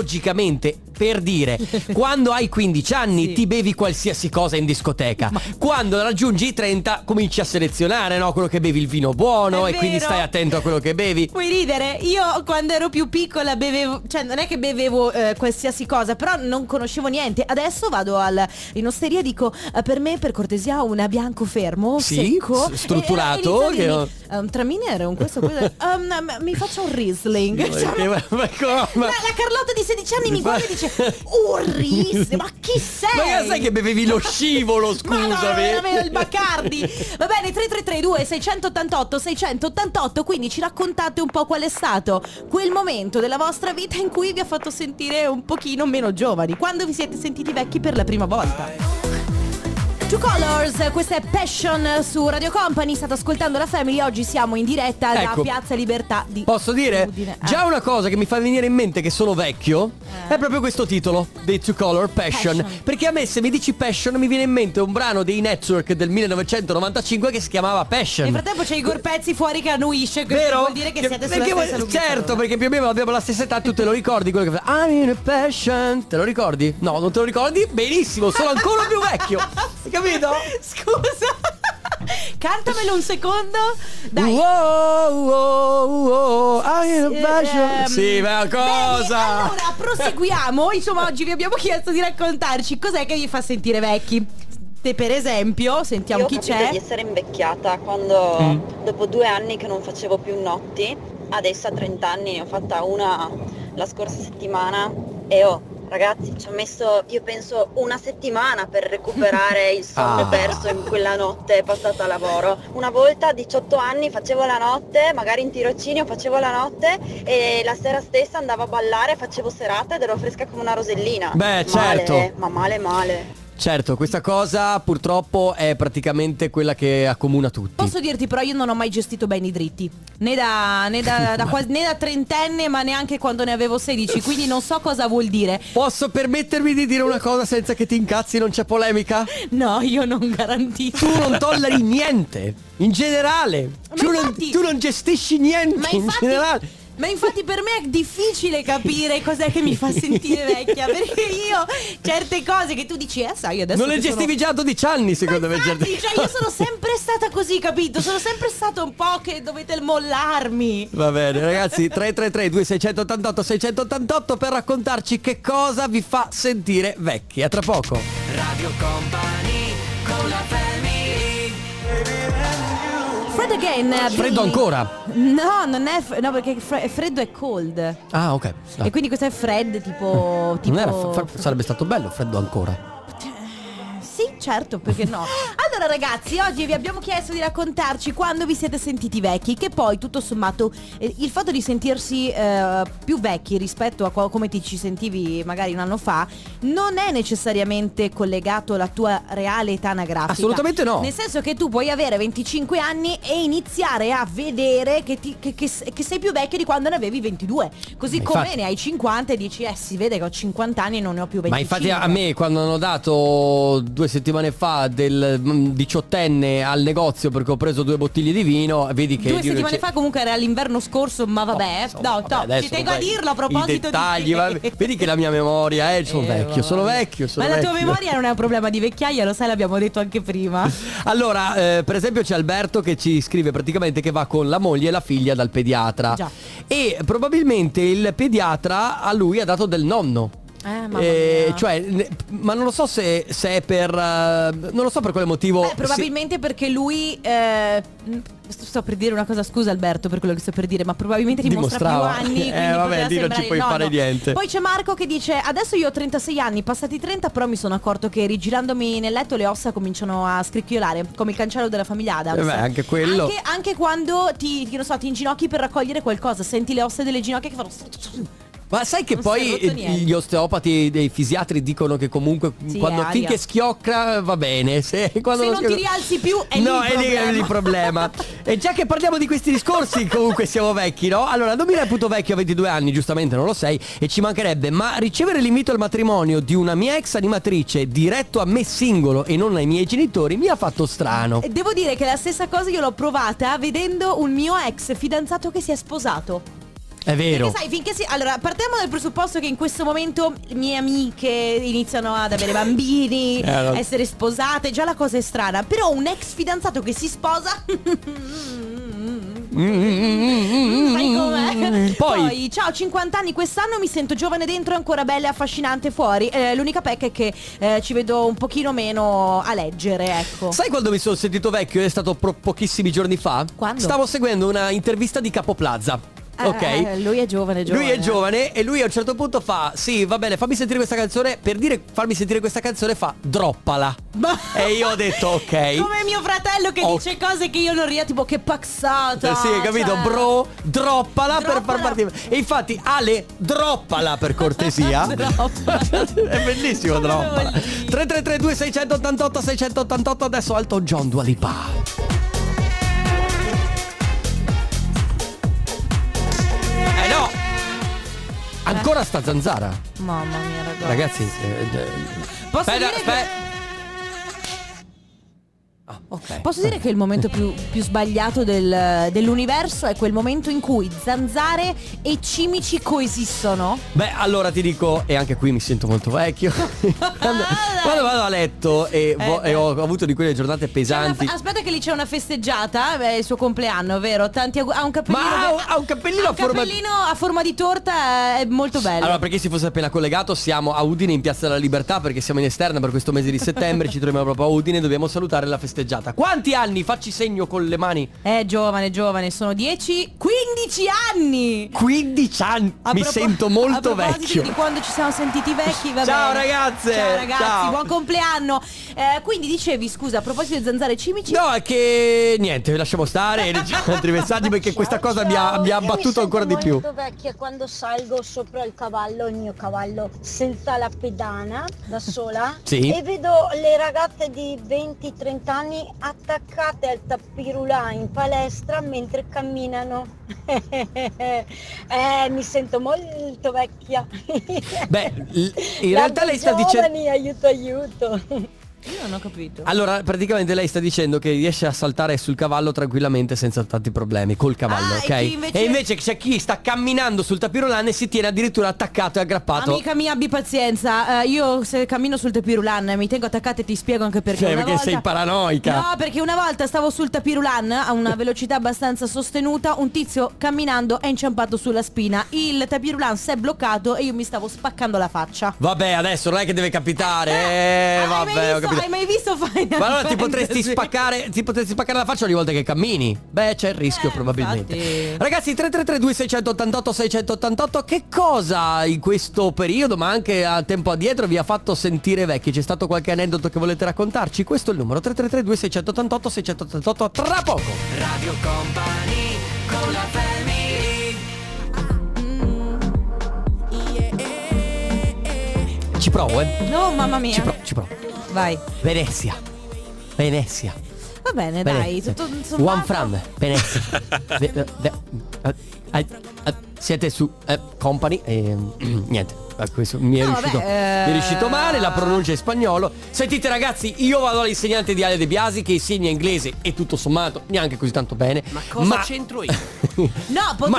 Speaker 2: fisiologicamente. Per dire, quando hai 15 anni
Speaker 3: Sì.
Speaker 2: ti bevi qualsiasi cosa in discoteca. Quando raggiungi i 30 cominci a selezionare, no? Quello che bevi il vino buono
Speaker 3: È
Speaker 2: e quindi
Speaker 3: vero.
Speaker 2: stai attento a quello che bevi.
Speaker 3: Puoi ridere, io quando ero più piccola bevevo, cioè non è che bevevo eh, qualsiasi cosa, però non conoscevo niente. Adesso vado al, in osteria e dico, "Eh, per me per cortesia una bianco fermo,
Speaker 2: Sì,
Speaker 3: secco.
Speaker 2: s- strutturato,
Speaker 3: E- e- e inizio a
Speaker 2: che-
Speaker 3: dirmi, "Ehm, traminero, un questo, quello- ehm, mi faccio un Riesling. Cioè,
Speaker 2: Perché- ma- ma come?
Speaker 3: la, la Carlotta di 16 anni mi guarda e dice, un Riesling, ma chi sei?
Speaker 2: Ma che sai che bevevi lo scivolo,
Speaker 3: Ma no,
Speaker 2: scusami.
Speaker 3: veramente, il Bacardi. Va bene, 3332 688 688, quindi ci raccontate un po' qual è stato quel momento della vostra vita in cui vi ha fatto sentire un pochino meno giovani, quando vi siete sentiti vecchi per la prima volta. Two Colors, questa è Passion su Radio Company, state ascoltando la Family, oggi siamo in diretta da
Speaker 2: Ecco.
Speaker 3: Piazza Libertà di
Speaker 2: Posso dire?
Speaker 3: Udine. Eh.
Speaker 2: Già una cosa che mi fa venire in mente che sono vecchio è proprio questo titolo, dei Two Color Passion.
Speaker 3: Passion.
Speaker 2: Perché a me se mi dici Passion mi viene in mente un brano dei Network del 1995 che si chiamava Passion.
Speaker 3: Nel frattempo c'è Igor Pezzi fuori che annuisce, quindi
Speaker 2: Vero?
Speaker 3: vuol dire che, siete sulla
Speaker 2: perché vuol-
Speaker 3: stessa lunghezza
Speaker 2: Certo,
Speaker 3: d'onda.
Speaker 2: perché più o meno abbiamo la stessa età, tu te lo ricordi quello che fa I'm in a passion. Te lo ricordi? No, non te lo ricordi? Benissimo, sono ancora più vecchio. Hai capito?
Speaker 3: Scusa. Cantamelo un secondo. Dai.
Speaker 2: Wow, wow, wow, I'm in a
Speaker 3: Ehm,
Speaker 2: passion. Sì, ma
Speaker 3: bene,
Speaker 2: cosa?
Speaker 3: allora, proseguiamo. Insomma, oggi vi abbiamo chiesto di raccontarci cos'è che vi fa sentire vecchi. Te, per esempio, sentiamo
Speaker 6: Io ho
Speaker 3: chi
Speaker 6: capito
Speaker 3: c'è.
Speaker 6: di essere invecchiata quando dopo due anni che non facevo più notti, adesso a 30 anni ne ho fatta una la scorsa settimana e oh ragazzi ci ho messo io penso una settimana per recuperare il sonno
Speaker 2: Ah.
Speaker 6: perso in quella notte passata a lavoro. Una volta a 18 anni facevo la notte, magari in tirocinio facevo la notte e la sera stessa andavo a ballare, facevo serata ed ero fresca come una rosellina.
Speaker 2: Beh,
Speaker 6: Male,
Speaker 2: certo.
Speaker 6: ma male male.
Speaker 2: Certo, questa cosa purtroppo è praticamente quella che accomuna tutti.
Speaker 3: Posso dirti però io non ho mai gestito bene i dritti, né da, né da, da quasi- né da trentenne ma neanche quando ne avevo 16, quindi non so cosa vuol dire.
Speaker 2: Posso permettermi di dire una cosa senza che ti incazzi, non c'è polemica?
Speaker 3: No, io non garantisco.
Speaker 2: Tu non tolleri niente, in generale.
Speaker 3: Ma
Speaker 2: Tu, non,
Speaker 3: infatti-
Speaker 2: tu non gestisci niente,
Speaker 3: Ma
Speaker 2: Cioè, in generale.
Speaker 3: infatti, ma infatti per me è difficile capire cos'è che mi fa sentire vecchia, perché io certe cose che tu dici, eh sai, adesso...
Speaker 2: Non le
Speaker 3: che sono-
Speaker 2: gestivi già a 12 anni,
Speaker 3: Ma
Speaker 2: secondo me.
Speaker 3: infatti,
Speaker 2: certe
Speaker 3: cioè, io
Speaker 2: cose.
Speaker 3: sono sempre stata così, capito? Sono sempre stato un po' che dovete mollarmi.
Speaker 2: Va bene, ragazzi, 333 2688 688 per raccontarci che cosa vi fa sentire vecchi. A tra poco.
Speaker 3: Fred again. eh,
Speaker 2: Freddo
Speaker 3: Billy.
Speaker 2: ancora?
Speaker 3: No, non è fre- no, perché fre- freddo è cold.
Speaker 2: Ah, ok. No.
Speaker 3: E quindi questo è Fred tipo tipo
Speaker 2: Non era fa- fa- sarebbe stato bello, freddo ancora.
Speaker 3: Sì, certo, perché no. Allora ragazzi, oggi vi abbiamo chiesto di raccontarci quando vi siete sentiti vecchi, che poi tutto sommato eh, il fatto di sentirsi eh, più vecchi rispetto a qua- come ti ci sentivi magari un anno fa non è necessariamente collegato alla tua reale età anagrafica.
Speaker 2: Assolutamente no.
Speaker 3: Nel senso che tu puoi avere 25 anni e iniziare a vedere che, ti- che- che s- che sei più vecchio di quando ne avevi 22. Così
Speaker 2: Ma
Speaker 3: come
Speaker 2: infatti-
Speaker 3: ne hai 50 e dici, eh si vede che ho 50 anni e non ne ho più 25.
Speaker 2: Ma infatti a me quando hanno dato due settimane fa del mm, diciottenne al negozio perché ho preso due bottiglie di vino, vedi che...
Speaker 3: Due
Speaker 2: di-
Speaker 3: settimane
Speaker 2: c'è-
Speaker 3: fa comunque era l'inverno scorso, ma vabbè,
Speaker 2: insomma,
Speaker 3: no,
Speaker 2: vabbè,
Speaker 3: no,
Speaker 2: adesso
Speaker 3: ci tengo a
Speaker 2: ormai
Speaker 3: dirlo a proposito
Speaker 2: i dettagli,
Speaker 3: di
Speaker 2: vabbè, vedi che la mia memoria, eh, sono
Speaker 3: Eh,
Speaker 2: vecchio,
Speaker 3: vabbè.
Speaker 2: sono vecchio, sono
Speaker 3: Ma la tua
Speaker 2: vecchio.
Speaker 3: memoria non è un problema di vecchiaia, lo sai, l'abbiamo detto anche prima.
Speaker 2: Allora, eh, per esempio c'è Alberto che ci scrive praticamente che va con la moglie e la figlia dal pediatra.
Speaker 3: Già.
Speaker 2: E probabilmente il pediatra a lui ha dato del nonno.
Speaker 3: mamma
Speaker 2: Eh,
Speaker 3: mia.
Speaker 2: cioè, ne- ma non lo so se, se è per... eh, non lo so per quale motivo...
Speaker 3: Beh, Eh, probabilmente perché lui. eh, mh, sto sto per dire una cosa, scusa Alberto per quello che sto per dire, ma probabilmente dimostra più
Speaker 2: Dimostrava.
Speaker 3: anni.
Speaker 2: Eh,
Speaker 3: quindi
Speaker 2: vabbè,
Speaker 3: poteva
Speaker 2: lì non ci
Speaker 3: sembrare-
Speaker 2: puoi
Speaker 3: no,
Speaker 2: fare
Speaker 3: no.
Speaker 2: niente.
Speaker 3: Poi c'è Marco che dice: Adesso io ho 36 anni, passati 30, però mi sono accorto che rigirandomi nel letto le ossa cominciano a scricchiolare, come il cancello della famiglia Adams.
Speaker 2: Eh beh, anche quello.
Speaker 3: Anche, anche quando ti, ti- non so, ti inginocchi per raccogliere qualcosa, senti le ossa delle ginocchia che fanno.
Speaker 2: Ma sai che
Speaker 3: Non si è
Speaker 2: poi
Speaker 3: rotto
Speaker 2: eh,
Speaker 3: niente.
Speaker 2: gli osteopati dei fisiatri dicono che comunque
Speaker 3: Sì,
Speaker 2: quando
Speaker 3: aria.
Speaker 2: finché schiocca va bene. Se, quando
Speaker 3: Se non
Speaker 2: schiocca-
Speaker 3: ti rialzi più, è lì
Speaker 2: no,
Speaker 3: il
Speaker 2: è lì che è lì il problema. e già che parliamo di questi discorsi, comunque siamo vecchi, no? Allora, non mi reputo vecchio a 22 anni, giustamente non lo sei, e ci mancherebbe, ma ricevere l'invito al matrimonio di una mia ex animatrice diretto a me singolo e non ai miei genitori mi ha fatto strano.
Speaker 3: E Devo dire che la stessa cosa io l'ho provata vedendo un mio ex fidanzato che si è sposato.
Speaker 2: È vero.
Speaker 3: Perché sai, finché si... Allora, partiamo dal presupposto che in questo momento le mie amiche iniziano ad avere bambini,
Speaker 2: Eh, no.
Speaker 3: essere sposate, già la cosa è strana. Però un ex fidanzato che si sposa...
Speaker 2: Mm, mm, mm, mm,
Speaker 3: Sai
Speaker 2: mm, mm.
Speaker 3: com'è?
Speaker 2: Poi,
Speaker 3: ciao, 50 anni quest'anno, mi sento giovane dentro e ancora bella e affascinante fuori. Eh, l'unica pecca è che eh, ci vedo un pochino meno a leggere, ecco.
Speaker 2: Sai quando mi sono sentito vecchio? È stato pro- pochissimi giorni fa.
Speaker 3: Quando?
Speaker 2: Stavo seguendo una intervista di Capo Plaza.
Speaker 3: Eh,
Speaker 2: ok.
Speaker 3: eh, lui è giovane, giovane.
Speaker 2: Lui è giovane e lui a un certo punto fa Sì va bene fammi sentire questa canzone Per dire farmi sentire questa canzone fa Droppala E io ho detto ok
Speaker 3: Come mio fratello che
Speaker 2: Oh.
Speaker 3: dice cose che io non riesco, tipo che pazzata.
Speaker 2: Eh Sì hai capito
Speaker 3: cioè.
Speaker 2: bro Droppala, per far
Speaker 3: Droppala.
Speaker 2: partire E infatti Ale droppala per cortesia
Speaker 3: Droppala.
Speaker 2: È bellissimo
Speaker 3: Come
Speaker 2: droppala
Speaker 3: voglio.
Speaker 2: 3332 688 688 Adesso Alto John Dualipa Eh no Ancora sta zanzara
Speaker 3: Mamma mia, ragazzi.
Speaker 2: Ragazzi, eh, eh,
Speaker 3: Posso
Speaker 2: aspetta,
Speaker 3: dire
Speaker 2: aspetta.
Speaker 3: che-
Speaker 2: Ah, ok.
Speaker 3: Posso dire che il momento più, più sbagliato del- dell'universo è quel momento in cui zanzare e cimici coesistono?
Speaker 2: Beh, allora ti dico, e anche qui mi sento molto vecchio.
Speaker 3: Ah,
Speaker 2: quando, quando vado a letto e, vo-
Speaker 3: Eh,
Speaker 2: e ho avuto di quelle giornate
Speaker 3: C'è una-
Speaker 2: pesanti.
Speaker 3: aspetta che lì c'è una festeggiata, eh, è il suo compleanno, vero? Tanti auguri- ha un cappellino.
Speaker 2: Ma ha
Speaker 3: be-
Speaker 2: un- ha un cappellino
Speaker 3: ha
Speaker 2: a forma-
Speaker 3: cappellino a forma di torta, eh, è molto bello.
Speaker 2: Allora, per chi si fosse appena collegato, siamo a Udine in Piazza della Libertà perché siamo in esterna per questo mese di settembre, ci troviamo proprio a Udine e dobbiamo salutare la festeggiata. Quanti anni? Facci segno con le mani.
Speaker 3: Eh, giovane, giovane, sono 10, 15 anni!
Speaker 2: 15 anni.
Speaker 3: A
Speaker 2: mi
Speaker 3: propo-
Speaker 2: sento
Speaker 3: a
Speaker 2: molto
Speaker 3: proposito
Speaker 2: vecchio.
Speaker 3: di quando ci siamo sentiti vecchi va
Speaker 2: Ciao,
Speaker 3: bene.
Speaker 2: ragazze.
Speaker 3: ciao ragazzi
Speaker 2: Ciao.
Speaker 3: buon compleanno Eh, quindi dicevi scusa a proposito di zanzare cimici
Speaker 2: No, è che niente, lasciamo stare, leggiamo altri messaggi perché questa cosa mi ha, mi ha abbattuto ancora di più.
Speaker 9: Io mi sento molto vecchia quando salgo sopra il cavallo, il mio cavallo, senza la pedana, da sola.
Speaker 2: Sì.
Speaker 9: E vedo le ragazze di 20-30 anni attaccate al tappirulà in palestra mentre camminano. eh, mi sento molto vecchia.
Speaker 2: Beh, l- in realtà lei sta dicendo...
Speaker 9: Giovani, aiuto, aiuto.
Speaker 3: io non ho capito
Speaker 2: Allora, praticamente lei sta dicendo che riesce a saltare sul cavallo tranquillamente senza tanti problemi, col cavallo,
Speaker 3: Ah,
Speaker 2: ok?
Speaker 3: e chi invece-
Speaker 2: E invece c'è chi sta camminando sul tapirulano e si tiene addirittura attaccato e aggrappato.
Speaker 3: Amica mia, abbi pazienza. Eh, io se cammino sul tapirulan mi tengo attaccata e ti spiego anche perché.
Speaker 2: Cioè,
Speaker 3: Una
Speaker 2: perché
Speaker 3: volta-
Speaker 2: sei paranoica.
Speaker 3: No, perché una volta stavo sul tapirulan a una velocità abbastanza sostenuta. Un tizio camminando è inciampato sulla spina. Il tapirulan si è bloccato e io mi stavo spaccando la faccia. Ah,
Speaker 2: Vabbè, adesso non è che deve capitare. Eh,
Speaker 3: Hai mai
Speaker 2: vabbè, ho
Speaker 3: visto-
Speaker 2: capito.
Speaker 3: Hai mai visto Final
Speaker 2: Ma allora ti
Speaker 3: Fantasy?
Speaker 2: potresti spaccare Ti potresti spaccare la faccia ogni volta che cammini Beh c'è il rischio
Speaker 3: Eh,
Speaker 2: probabilmente
Speaker 3: infatti.
Speaker 2: Ragazzi 3332 688 688 Che cosa in questo periodo ma anche a tempo addietro vi ha fatto sentire vecchi? C'è stato qualche aneddoto che volete raccontarci? Questo è il numero 3332 688 688 Tra poco
Speaker 4: Radio Company con la family
Speaker 2: Ci provo eh
Speaker 3: No, mamma mia.
Speaker 2: Ci provo, ci provo
Speaker 3: Vai.
Speaker 2: Venezia Venezia
Speaker 3: Va bene, dai.
Speaker 2: Venezia.
Speaker 3: Tutto insommato-
Speaker 2: One from Venezia Ve- ve- ve- eh, eh, eh, Siete su eh, Company e niente eh, questo mi è,
Speaker 3: No,
Speaker 2: riuscito,
Speaker 3: vabbè, eh.
Speaker 2: mi è riuscito male, la pronuncia è spagnolo. Sentite ragazzi, io vado all'insegnante di Ale De Biasi che insegna inglese e tutto sommato neanche così tanto bene. Ma
Speaker 4: cosa c'entro io?
Speaker 3: No, poteva-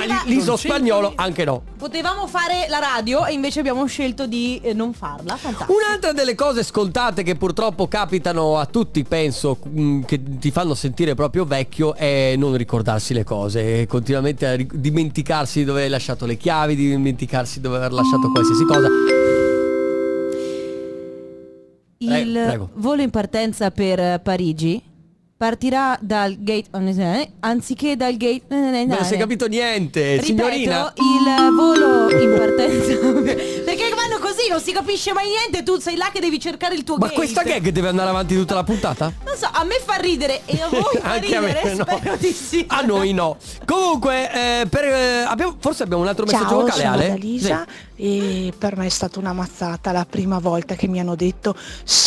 Speaker 2: ma lì- lì so
Speaker 4: Non c'entro
Speaker 2: spagnolo
Speaker 4: io.
Speaker 2: anche no.
Speaker 3: Potevamo fare la radio e invece abbiamo scelto di eh, non farla. Fantastico.
Speaker 2: Un'altra delle cose scontate che purtroppo capitano a tutti, penso, mh, che ti fanno sentire proprio vecchio è non ricordarsi le cose, e continuamente a ri- dimenticarsi di dove hai lasciato le chiavi, di dimenticarsi di aver lasciato qualsiasi cosa. eh, Prego.
Speaker 3: volo in partenza per eh, Parigi partirà dal gate eh, anziché dal gate
Speaker 2: Non si è capito niente, signorina.
Speaker 3: Ripeto, il volo in partenza perché vanno così non si capisce mai niente tu sei là che devi cercare il tuo
Speaker 2: Ma
Speaker 3: gate
Speaker 2: questa gag deve andare avanti tutta la puntata?
Speaker 3: non so a me fa ridere e a voi fa
Speaker 2: Anche a me,
Speaker 3: ridere
Speaker 2: no.
Speaker 3: spero di sì
Speaker 2: A noi no. Comunque, eh, per, eh, abbiamo- forse abbiamo un altro messaggio
Speaker 10: Ciao,
Speaker 2: vocale,
Speaker 10: sono
Speaker 2: Ale.
Speaker 10: Dalisa
Speaker 2: Sì.
Speaker 10: e per me è stata una mazzata la prima volta che mi hanno detto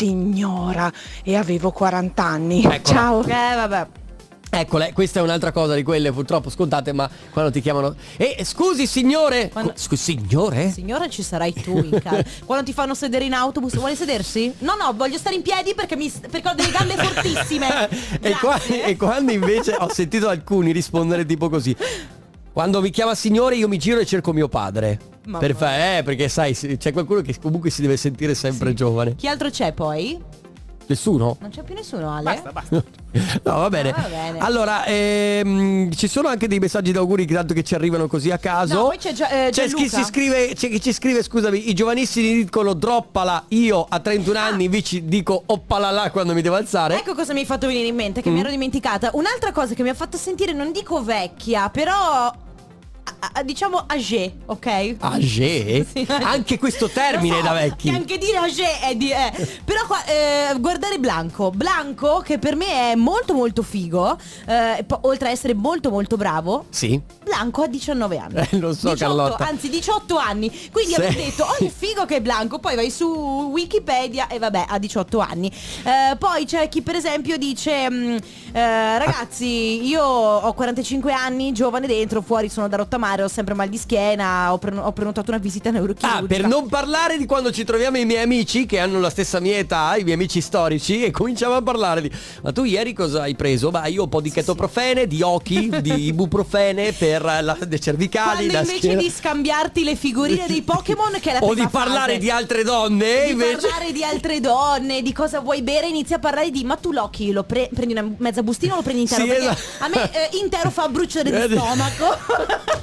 Speaker 10: signora e avevo 40 anni.
Speaker 2: Eccola.
Speaker 10: Ciao.
Speaker 3: eh vabbè
Speaker 2: Eccola, questa è un'altra cosa di quelle purtroppo scontate, ma quando ti chiamano... Eh, scusi signore!
Speaker 3: Quando-
Speaker 2: Co- scusi, signore?
Speaker 3: Signora ci sarai tu in casa Quando ti fanno sedere in autobus Vuole sedersi? No no voglio stare in piedi Perché, mi, perché ho delle gambe fortissime
Speaker 2: e, qua-
Speaker 3: Grazie.
Speaker 2: e quando invece ho sentito alcuni rispondere tipo così. Quando mi chiama signore io mi giro e cerco mio padre.
Speaker 3: Mamma
Speaker 2: Per fa- eh, perché sai, si- c'è qualcuno che comunque si deve sentire sempre giovane.
Speaker 3: Chi altro c'è poi?
Speaker 2: Nessuno?
Speaker 3: Non c'è più nessuno Ale?
Speaker 2: No, va bene.
Speaker 3: Ah, va bene.
Speaker 2: Allora, ehm, ci sono anche dei messaggi d'auguri che tanto che ci arrivano così a caso.
Speaker 3: No, poi c'è Gia- eh,
Speaker 2: C'è
Speaker 3: Gianluca.
Speaker 2: chi si scrive, c'è chi ci scrive, scusami, i giovanissimi dicono droppala, io a
Speaker 3: Ah.
Speaker 2: 31 anni invece dico oppalala quando mi devo alzare.
Speaker 3: Ecco cosa mi hai fatto venire in mente
Speaker 2: Mm.
Speaker 3: Che mi ero dimenticata Un'altra cosa che mi ha fatto sentire Non dico vecchia Però a- a- Diciamo agé Ok?
Speaker 2: Agé?
Speaker 3: Sì, agé.
Speaker 2: Anche questo termine
Speaker 3: Lo so,
Speaker 2: da vecchi.
Speaker 3: che Anche dire agé è di... eh. Però qua, eh, guardare Blanco Blanco che per me è molto molto figo eh, e po- Oltre a essere molto molto bravo
Speaker 2: Sì.
Speaker 3: Blanco ha 19 anni.
Speaker 2: Eh, lo so,
Speaker 3: 18,
Speaker 2: Carlotta.
Speaker 3: Anzi, 18 anni. Quindi
Speaker 2: Sì.
Speaker 3: avevo detto, oh, che figo che è Blanco. Poi vai su Wikipedia e vabbè, ha 18 anni. Eh, poi c'è chi, per esempio, dice, mh, eh, ragazzi, io ho 45 anni, giovane dentro, fuori sono da rottamare, ho sempre mal di schiena, ho, preno- ho prenotato una visita neurochirurgica.
Speaker 2: Ah, per non parlare di quando ci troviamo i miei amici che hanno la stessa mia età, i miei amici storici, e cominciamo a parlare di. Ma tu ieri cosa hai preso? Bah, io ho un po' di ketoprofene, di ochi, di ibuprofene per eh, la, le cervicali.
Speaker 3: Quando
Speaker 2: la
Speaker 3: invece
Speaker 2: schiena.
Speaker 3: di scambiarti le figurine dei Pokémon, che è la
Speaker 2: O
Speaker 3: prima
Speaker 2: di parlare
Speaker 3: fase.
Speaker 2: di altre donne,
Speaker 3: di
Speaker 2: invece.
Speaker 3: parlare di altre donne, di cosa vuoi bere, inizia a parlare di ma tu Loki lo pre- prendi una mezza bustina o lo prendi intero?
Speaker 2: Sì,
Speaker 3: Perché
Speaker 2: esatto.
Speaker 3: a me eh, intero fa bruciare
Speaker 2: Eh,
Speaker 3: di
Speaker 2: sì.
Speaker 3: stomaco.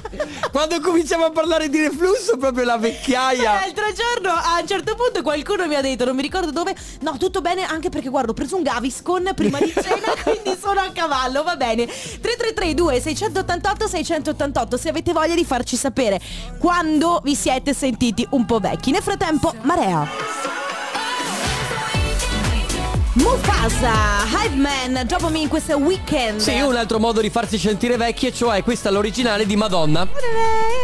Speaker 2: Quando cominciamo a parlare di reflusso, proprio la vecchiaia.
Speaker 3: L'altro giorno a un certo punto qualcuno mi ha detto, non mi ricordo dove, no tutto bene anche perché guarda ho preso un Gaviscon prima di cena quindi sono a cavallo, va bene. 3332 688 688 se avete voglia di farci sapere quando vi siete sentiti un po' vecchi. Nel frattempo Marea. Mufasa, Hype Man, Dopamine questo è weekend.
Speaker 2: Sì, un altro modo di farsi sentire vecchi, e cioè questa è l'originale di Madonna.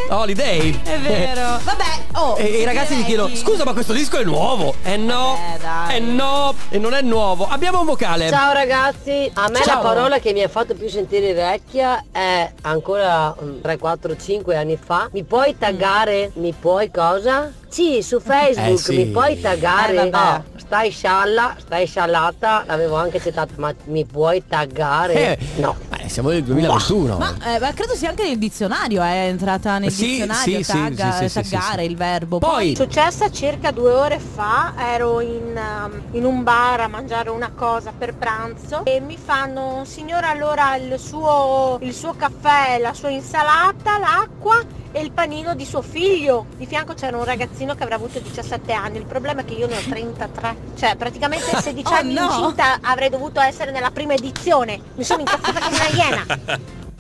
Speaker 2: Holiday.
Speaker 3: È vero. Vabbè, oh.
Speaker 2: E Oh. Eh, i ragazzi gli
Speaker 3: direi-
Speaker 2: chiedono Scusa ma questo disco è nuovo Eh no
Speaker 3: Vabbè, dai.
Speaker 2: Eh no E non è nuovo Abbiamo un vocale
Speaker 11: Ciao ragazzi, a me
Speaker 2: Ciao.
Speaker 11: la parola che mi ha fatto più sentire vecchia è ancora mm, 3, 4, 5 anni fa. Mi
Speaker 2: Mm.
Speaker 11: puoi taggare? Mi puoi cosa? Sì, su Facebook
Speaker 2: Eh, sì.
Speaker 11: mi puoi taggare?
Speaker 3: Eh, vabbè.
Speaker 11: No, stai scialla, stai sciallata, l'avevo anche citata, ma mi puoi taggare?
Speaker 2: Eh,
Speaker 11: No.
Speaker 2: eh, Siamo nel 2021
Speaker 3: Ma, eh, ma credo sia anche nel dizionario, è entrata nel
Speaker 2: Sì,
Speaker 3: dizionario,
Speaker 2: sì, sì,
Speaker 3: tagga-
Speaker 2: sì, sì, sì, sì,
Speaker 3: taggare
Speaker 2: sì.
Speaker 3: il verbo.
Speaker 2: Poi
Speaker 9: Successa circa due ore fa, ero in, um, in un bar a mangiare una cosa per pranzo e mi fanno, signora allora il suo, il suo caffè, la sua insalata, l'acqua e il panino di suo figlio. Di fianco c'era un ragazzino che avrà avuto 17 anni, il problema è che io ne ho 33, cioè praticamente 16
Speaker 3: Oh,
Speaker 9: anni
Speaker 3: no.
Speaker 9: incinta avrei dovuto essere nella prima edizione. Mi sono incazzata come una iena.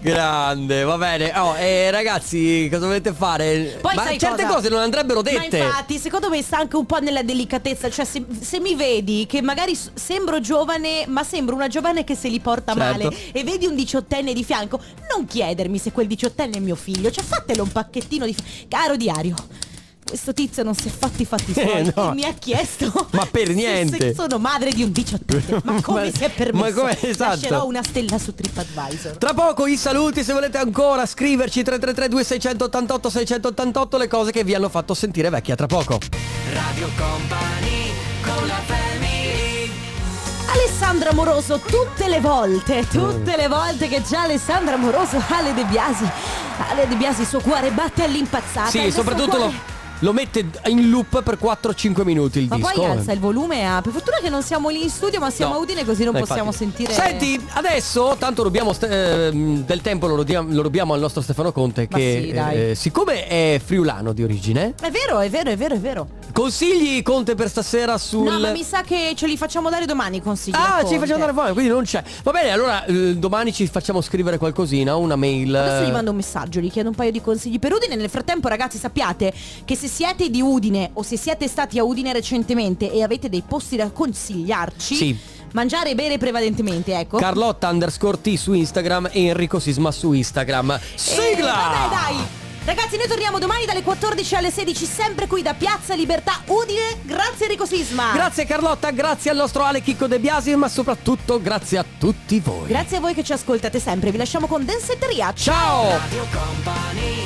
Speaker 2: Grande Va bene oh, eh, Ragazzi Cosa dovete fare
Speaker 3: Poi
Speaker 2: Ma
Speaker 3: sai
Speaker 2: certe
Speaker 3: cosa?
Speaker 2: cose non andrebbero
Speaker 3: Ma
Speaker 2: dette
Speaker 3: infatti, secondo me sta anche un po' nella delicatezza, cioè se, se mi vedi che magari s- sembro giovane, ma sembro una giovane che se li porta
Speaker 2: Certo.
Speaker 3: male e vedi un diciottenne di fianco, non chiedermi se quel diciottenne è mio figlio, cioè fatelo un pacchettino di... Caro diario. Questo tizio non si è fatti i fatti suoi
Speaker 2: Eh, no.
Speaker 3: e mi ha chiesto
Speaker 2: Ma per
Speaker 3: se-
Speaker 2: niente.
Speaker 3: se sono madre di un diciottenne Ma come
Speaker 2: Ma-
Speaker 3: si è permesso
Speaker 2: ma come- esatto.
Speaker 3: Lascerò una stella su TripAdvisor
Speaker 2: Tra poco i saluti se volete ancora scriverci 333 2688 688 le cose che vi hanno fatto sentire vecchia tra poco.
Speaker 3: Alessandra Moroso tutte le
Speaker 2: Mm.
Speaker 3: volte, tutte le volte che già Alessandra Moroso, Ale De Biasi, Ale De Biasi, il suo cuore batte all'impazzata.
Speaker 2: sì,
Speaker 3: il nostro
Speaker 2: soprattutto lo,
Speaker 3: cuore-
Speaker 2: lo mette in loop per 4-5 minuti il
Speaker 3: Ma
Speaker 2: disco.
Speaker 3: poi alza il volume a... Per fortuna che non siamo lì in studio ma siamo
Speaker 2: No.
Speaker 3: a Udine così non
Speaker 2: Eh,
Speaker 3: possiamo
Speaker 2: infatti.
Speaker 3: sentire...
Speaker 2: Senti, adesso tanto rubiamo st- ehm, del tempo, lo rubiamo, lo rubiamo al nostro Stefano Conte
Speaker 3: Ma
Speaker 2: che
Speaker 3: sì, dai.
Speaker 2: eh, siccome è friulano di origine,
Speaker 3: È vero, è vero, è vero, è vero.
Speaker 2: Consigli Conte per stasera sul...
Speaker 3: No, ma mi sa che ce li facciamo dare domani i consigli. a
Speaker 2: Ah,
Speaker 3: Conte.
Speaker 2: ci facciamo dare fuori, quindi non c'è. Va bene, allora eh, domani ci facciamo scrivere qualcosina, una mail.
Speaker 3: Adesso
Speaker 2: eh,
Speaker 3: gli mando un messaggio, gli chiedo un paio di consigli per Udine. Nel frattempo, ragazzi, sappiate che se siete di Udine o se siete stati a Udine recentemente e avete dei posti da consigliarci,
Speaker 2: Sì.
Speaker 3: mangiare e bere prevalentemente, ecco.
Speaker 2: Carlotta underscore T su Instagram e Enrico Sisma su Instagram.
Speaker 3: E
Speaker 2: Sigla!
Speaker 3: Eh, vabbè, dai. Ragazzi, noi torniamo domani dalle 14 alle 16, sempre qui da Piazza Libertà Udine. Grazie Enrico Sisma.
Speaker 2: Grazie Carlotta, grazie al nostro Ale Chicco De Biasi, ma soprattutto grazie a tutti voi.
Speaker 3: Grazie a voi che ci ascoltate sempre. Vi lasciamo con Densetteria.
Speaker 2: Ciao!
Speaker 4: Radio Company